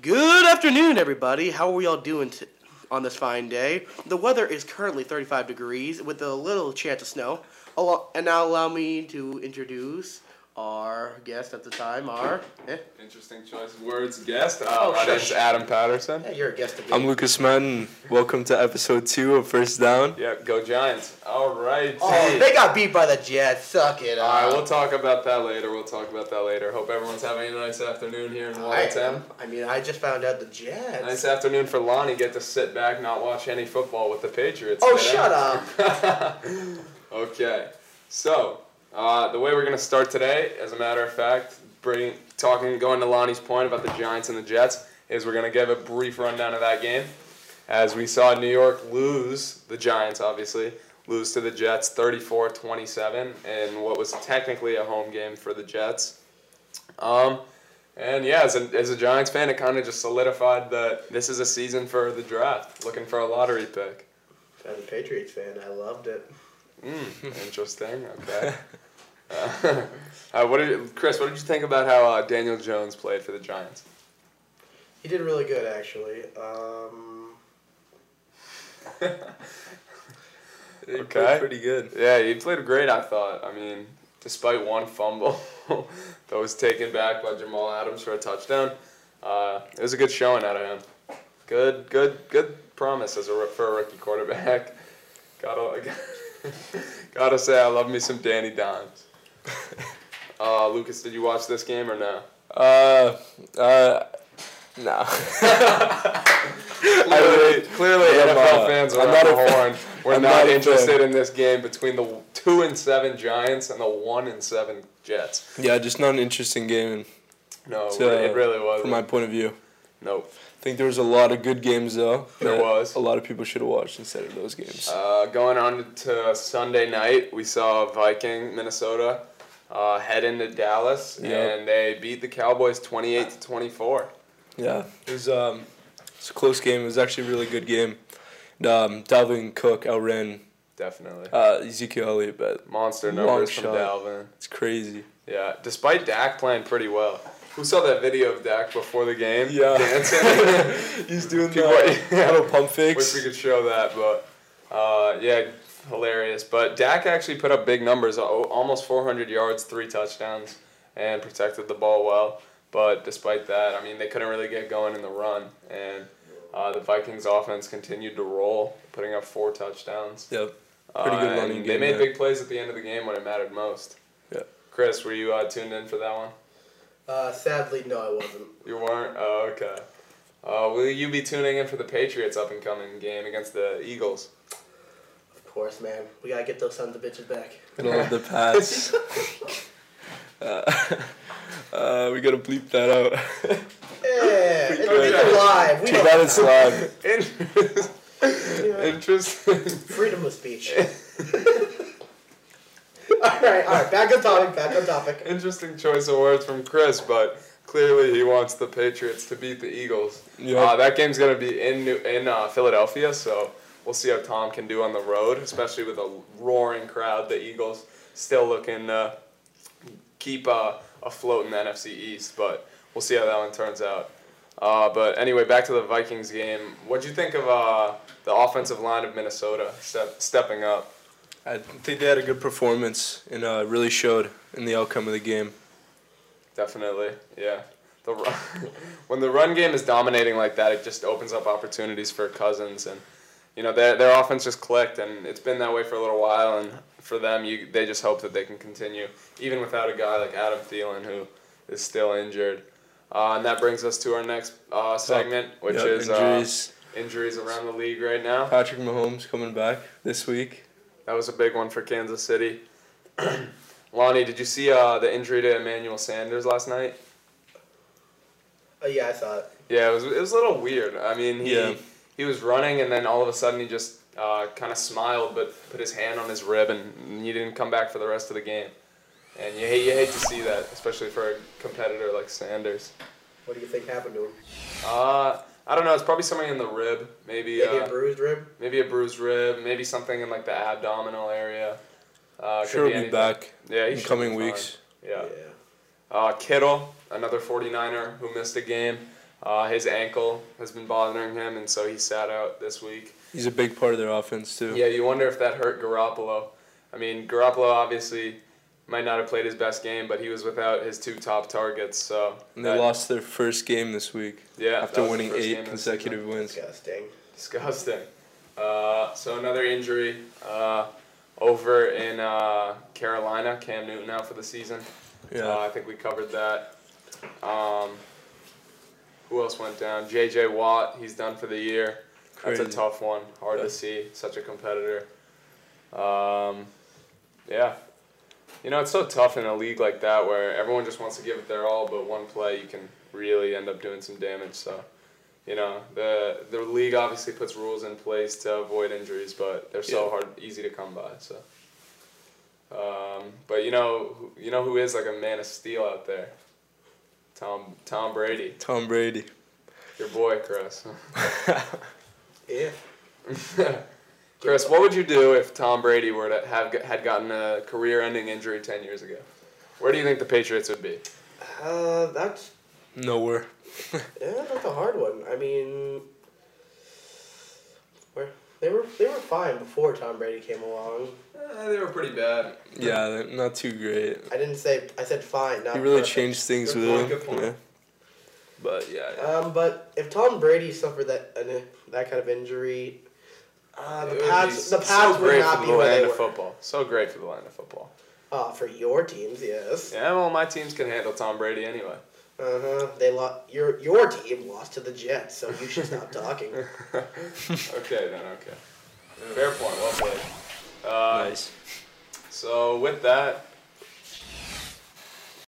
Good afternoon, everybody. How are we all doing t- on this fine day? The weather is currently 35 degrees with a little chance of snow. Allo- and now allow me to introduce our guest at the time, our... Eh? Interesting choice of words, guest. Uh, Oh, my sure. name's Adam Patterson. Yeah, you're a guest of I'm Lucas Madden. Welcome to episode two of First Down. Yep, go Giants. All right. Oh, they got beat by the Jets. Suck it All right, we'll up. talk about that later. We'll talk about that later. Hope everyone's having a nice afternoon here in Watertown. I mean, I just found out the Jets. Nice afternoon for Lonnie. Get to sit back, not watch any football with the Patriots. Oh, today. shut up. okay. So, uh, the way we're going to start today, as a matter of fact, bring, talking, going to Lonnie's point about the Giants and the Jets, is we're going to give a brief rundown of that game. As we saw New York lose, the Giants obviously, lose to the Jets 34 27 in what was technically a home game for the Jets. Um, and yeah, as a, as a Giants fan, it kind of just solidified that this is a season for the draft, looking for a lottery pick. As a Patriots fan, I loved it. Mm, interesting. Okay. Uh, uh, what did you, Chris? What did you think about how uh, Daniel Jones played for the Giants? He did really good, actually. Um, They Okay. played pretty good. Yeah, he played great. I thought. I mean, despite one fumble that was taken back by Jamal Adams for a touchdown, uh, it was a good showing out of him. Good, good, good promise as a roo- for a rookie quarterback. gotta, gotta say, I love me some Danny Dimes. Uh, Lucas, did you watch this game or no? Uh, uh, no. Clearly, I mean, clearly I'm, NFL uh, fans are I'm not not the a fan. horn. We're I'm not, not a interested fan. in this game between the two and seven Giants and the one and seven Jets. Yeah, just not an interesting game No, So, it really was. from my point of view. nope. I think there was a lot of good games though. There that was. A lot of people should have watched instead of those games. Uh, going on to Sunday night, we saw Viking Minnesota uh, head into Dallas, Yep. and they beat the Cowboys twenty-eight to twenty-four. Yeah, it was um, it's a close game. It was actually a really good game. And, um, Dalvin Cook outran Definitely uh, Ezekiel Elliott, but monster Long numbers from shot. Dalvin. it's crazy. Yeah, despite Dak playing pretty well. Who saw that video of Dak before the game? Yeah. dancing. He's doing People- the uh, little pump Wish we fakes. could show that, but uh, yeah, hilarious. But Dak actually put up big numbers, al- almost 400 yards, three touchdowns, and protected the ball well. But despite that, I mean, they couldn't really get going in the run, and uh, the Vikings' offense continued to roll, putting up four touchdowns. Yep. Pretty Uh, good and running They game made there. big plays at the end of the game when it mattered most. Yeah. Chris, were you uh, tuned in for that one? uh, sadly, no, I wasn't. You weren't. Oh, okay. Uh, will you be tuning in for the Patriots' up and coming game against the Eagles? Of course, man. We gotta get those sons of bitches back. Gotta love the pass. uh, uh, we gotta bleep that out. Yeah, it's, good. it's alive. We Keep don't- that in slide. Interest- Interesting. Freedom of speech. all right, all right. Back on topic. Back on topic. Interesting choice of words from Chris, but clearly he wants the Patriots to beat the Eagles. Yeah. Uh, that game's gonna be in New- in uh, Philadelphia, so we'll see how Tom can do on the road, especially with a roaring crowd. The Eagles still looking to keep uh, afloat in the NFC East, but we'll see how that one turns out. Uh, but anyway, back to the Vikings game. What'd you think of uh, the offensive line of Minnesota step- stepping up? I think they had a good performance and uh, really showed in the outcome of the game. Definitely, yeah. The run, when the run game is dominating like that, it just opens up opportunities for Cousins, and you know their their offense just clicked, and it's been that way for a little while. And for them, you they just hope that they can continue, even without a guy like Adam Thielen who is still injured. Uh, and that brings us to our next uh, segment, which Yep, is injuries. injuries. Uh, injuries around the league right now. Patrick Mahomes coming back this week. That was a big one for Kansas City. Lonnie, did you see uh, the injury to Emmanuel Sanders last night? Uh, yeah, I saw it. Yeah, it was, it was a little weird. I mean, he Yeah. he was running, and then all of a sudden he just uh, kind of smiled, but put his hand on his rib, and he didn't come back for the rest of the game. And you hate you hate to see that, especially for a competitor like Sanders. What do you think happened to him? Uh, I don't know. It's probably something in the rib, maybe Maybe a uh, bruised rib. maybe a bruised rib, maybe something in like the abdominal area. Uh, could sure, he'll be anything. back Yeah, he in should coming be fine. weeks. Yeah. Uh, Kittle, another 49er who missed a game. Uh, his ankle has been bothering him, and so he sat out this week. He's a big part of their offense too. Yeah, you wonder if that hurt Garoppolo. I mean, Garoppolo obviously might not have played his best game, but he was without his two top targets. So And they that- lost their first game this week Yeah, that after was the winning first game eight this consecutive wins. Disgusting. Disgusting. Uh, so another injury uh, over in uh, Carolina. Cam Newton out for the season. Uh, Yeah. I think we covered that. Um, who else went down? J.J. Watt. He's done for the year. That's Crazy. a tough one. Hard Yeah. to see. Such a competitor. Um, yeah. You know, it's so tough in a league like that where everyone just wants to give it their all, but one play you can really end up doing some damage. So, you know, the the league obviously puts rules in place to avoid injuries, but they're so Yeah. hard, easy to come by. So, um, but you know, who- you know who is like a man of steel out there? Tom Tom Brady, Tom Brady. your boy Chris. If Chris, what would you do if Tom Brady were to have had gotten a career-ending injury ten years ago? Where do you think the Patriots would be? uh, that's Nowhere. yeah, that's a hard one. I mean, where they were they were fine before Tom Brady came along. Eh, they were pretty bad. Yeah, they're not too great. I didn't say I said fine. Not He really perfect. changed things Good with point, him. good point. Yeah. But yeah, Um, but if Tom Brady suffered that an, that kind of injury, uh, the Pats the Pats would not be where land they of were. football. So great for the line of football. Uh, for your teams, yes. Yeah, well, my teams can handle Tom Brady anyway. Uh huh. They lost. Your your team lost to the Jets, so you should stop talking. Okay then. Okay. Fair point. Well played. Uh, Nice. So with that,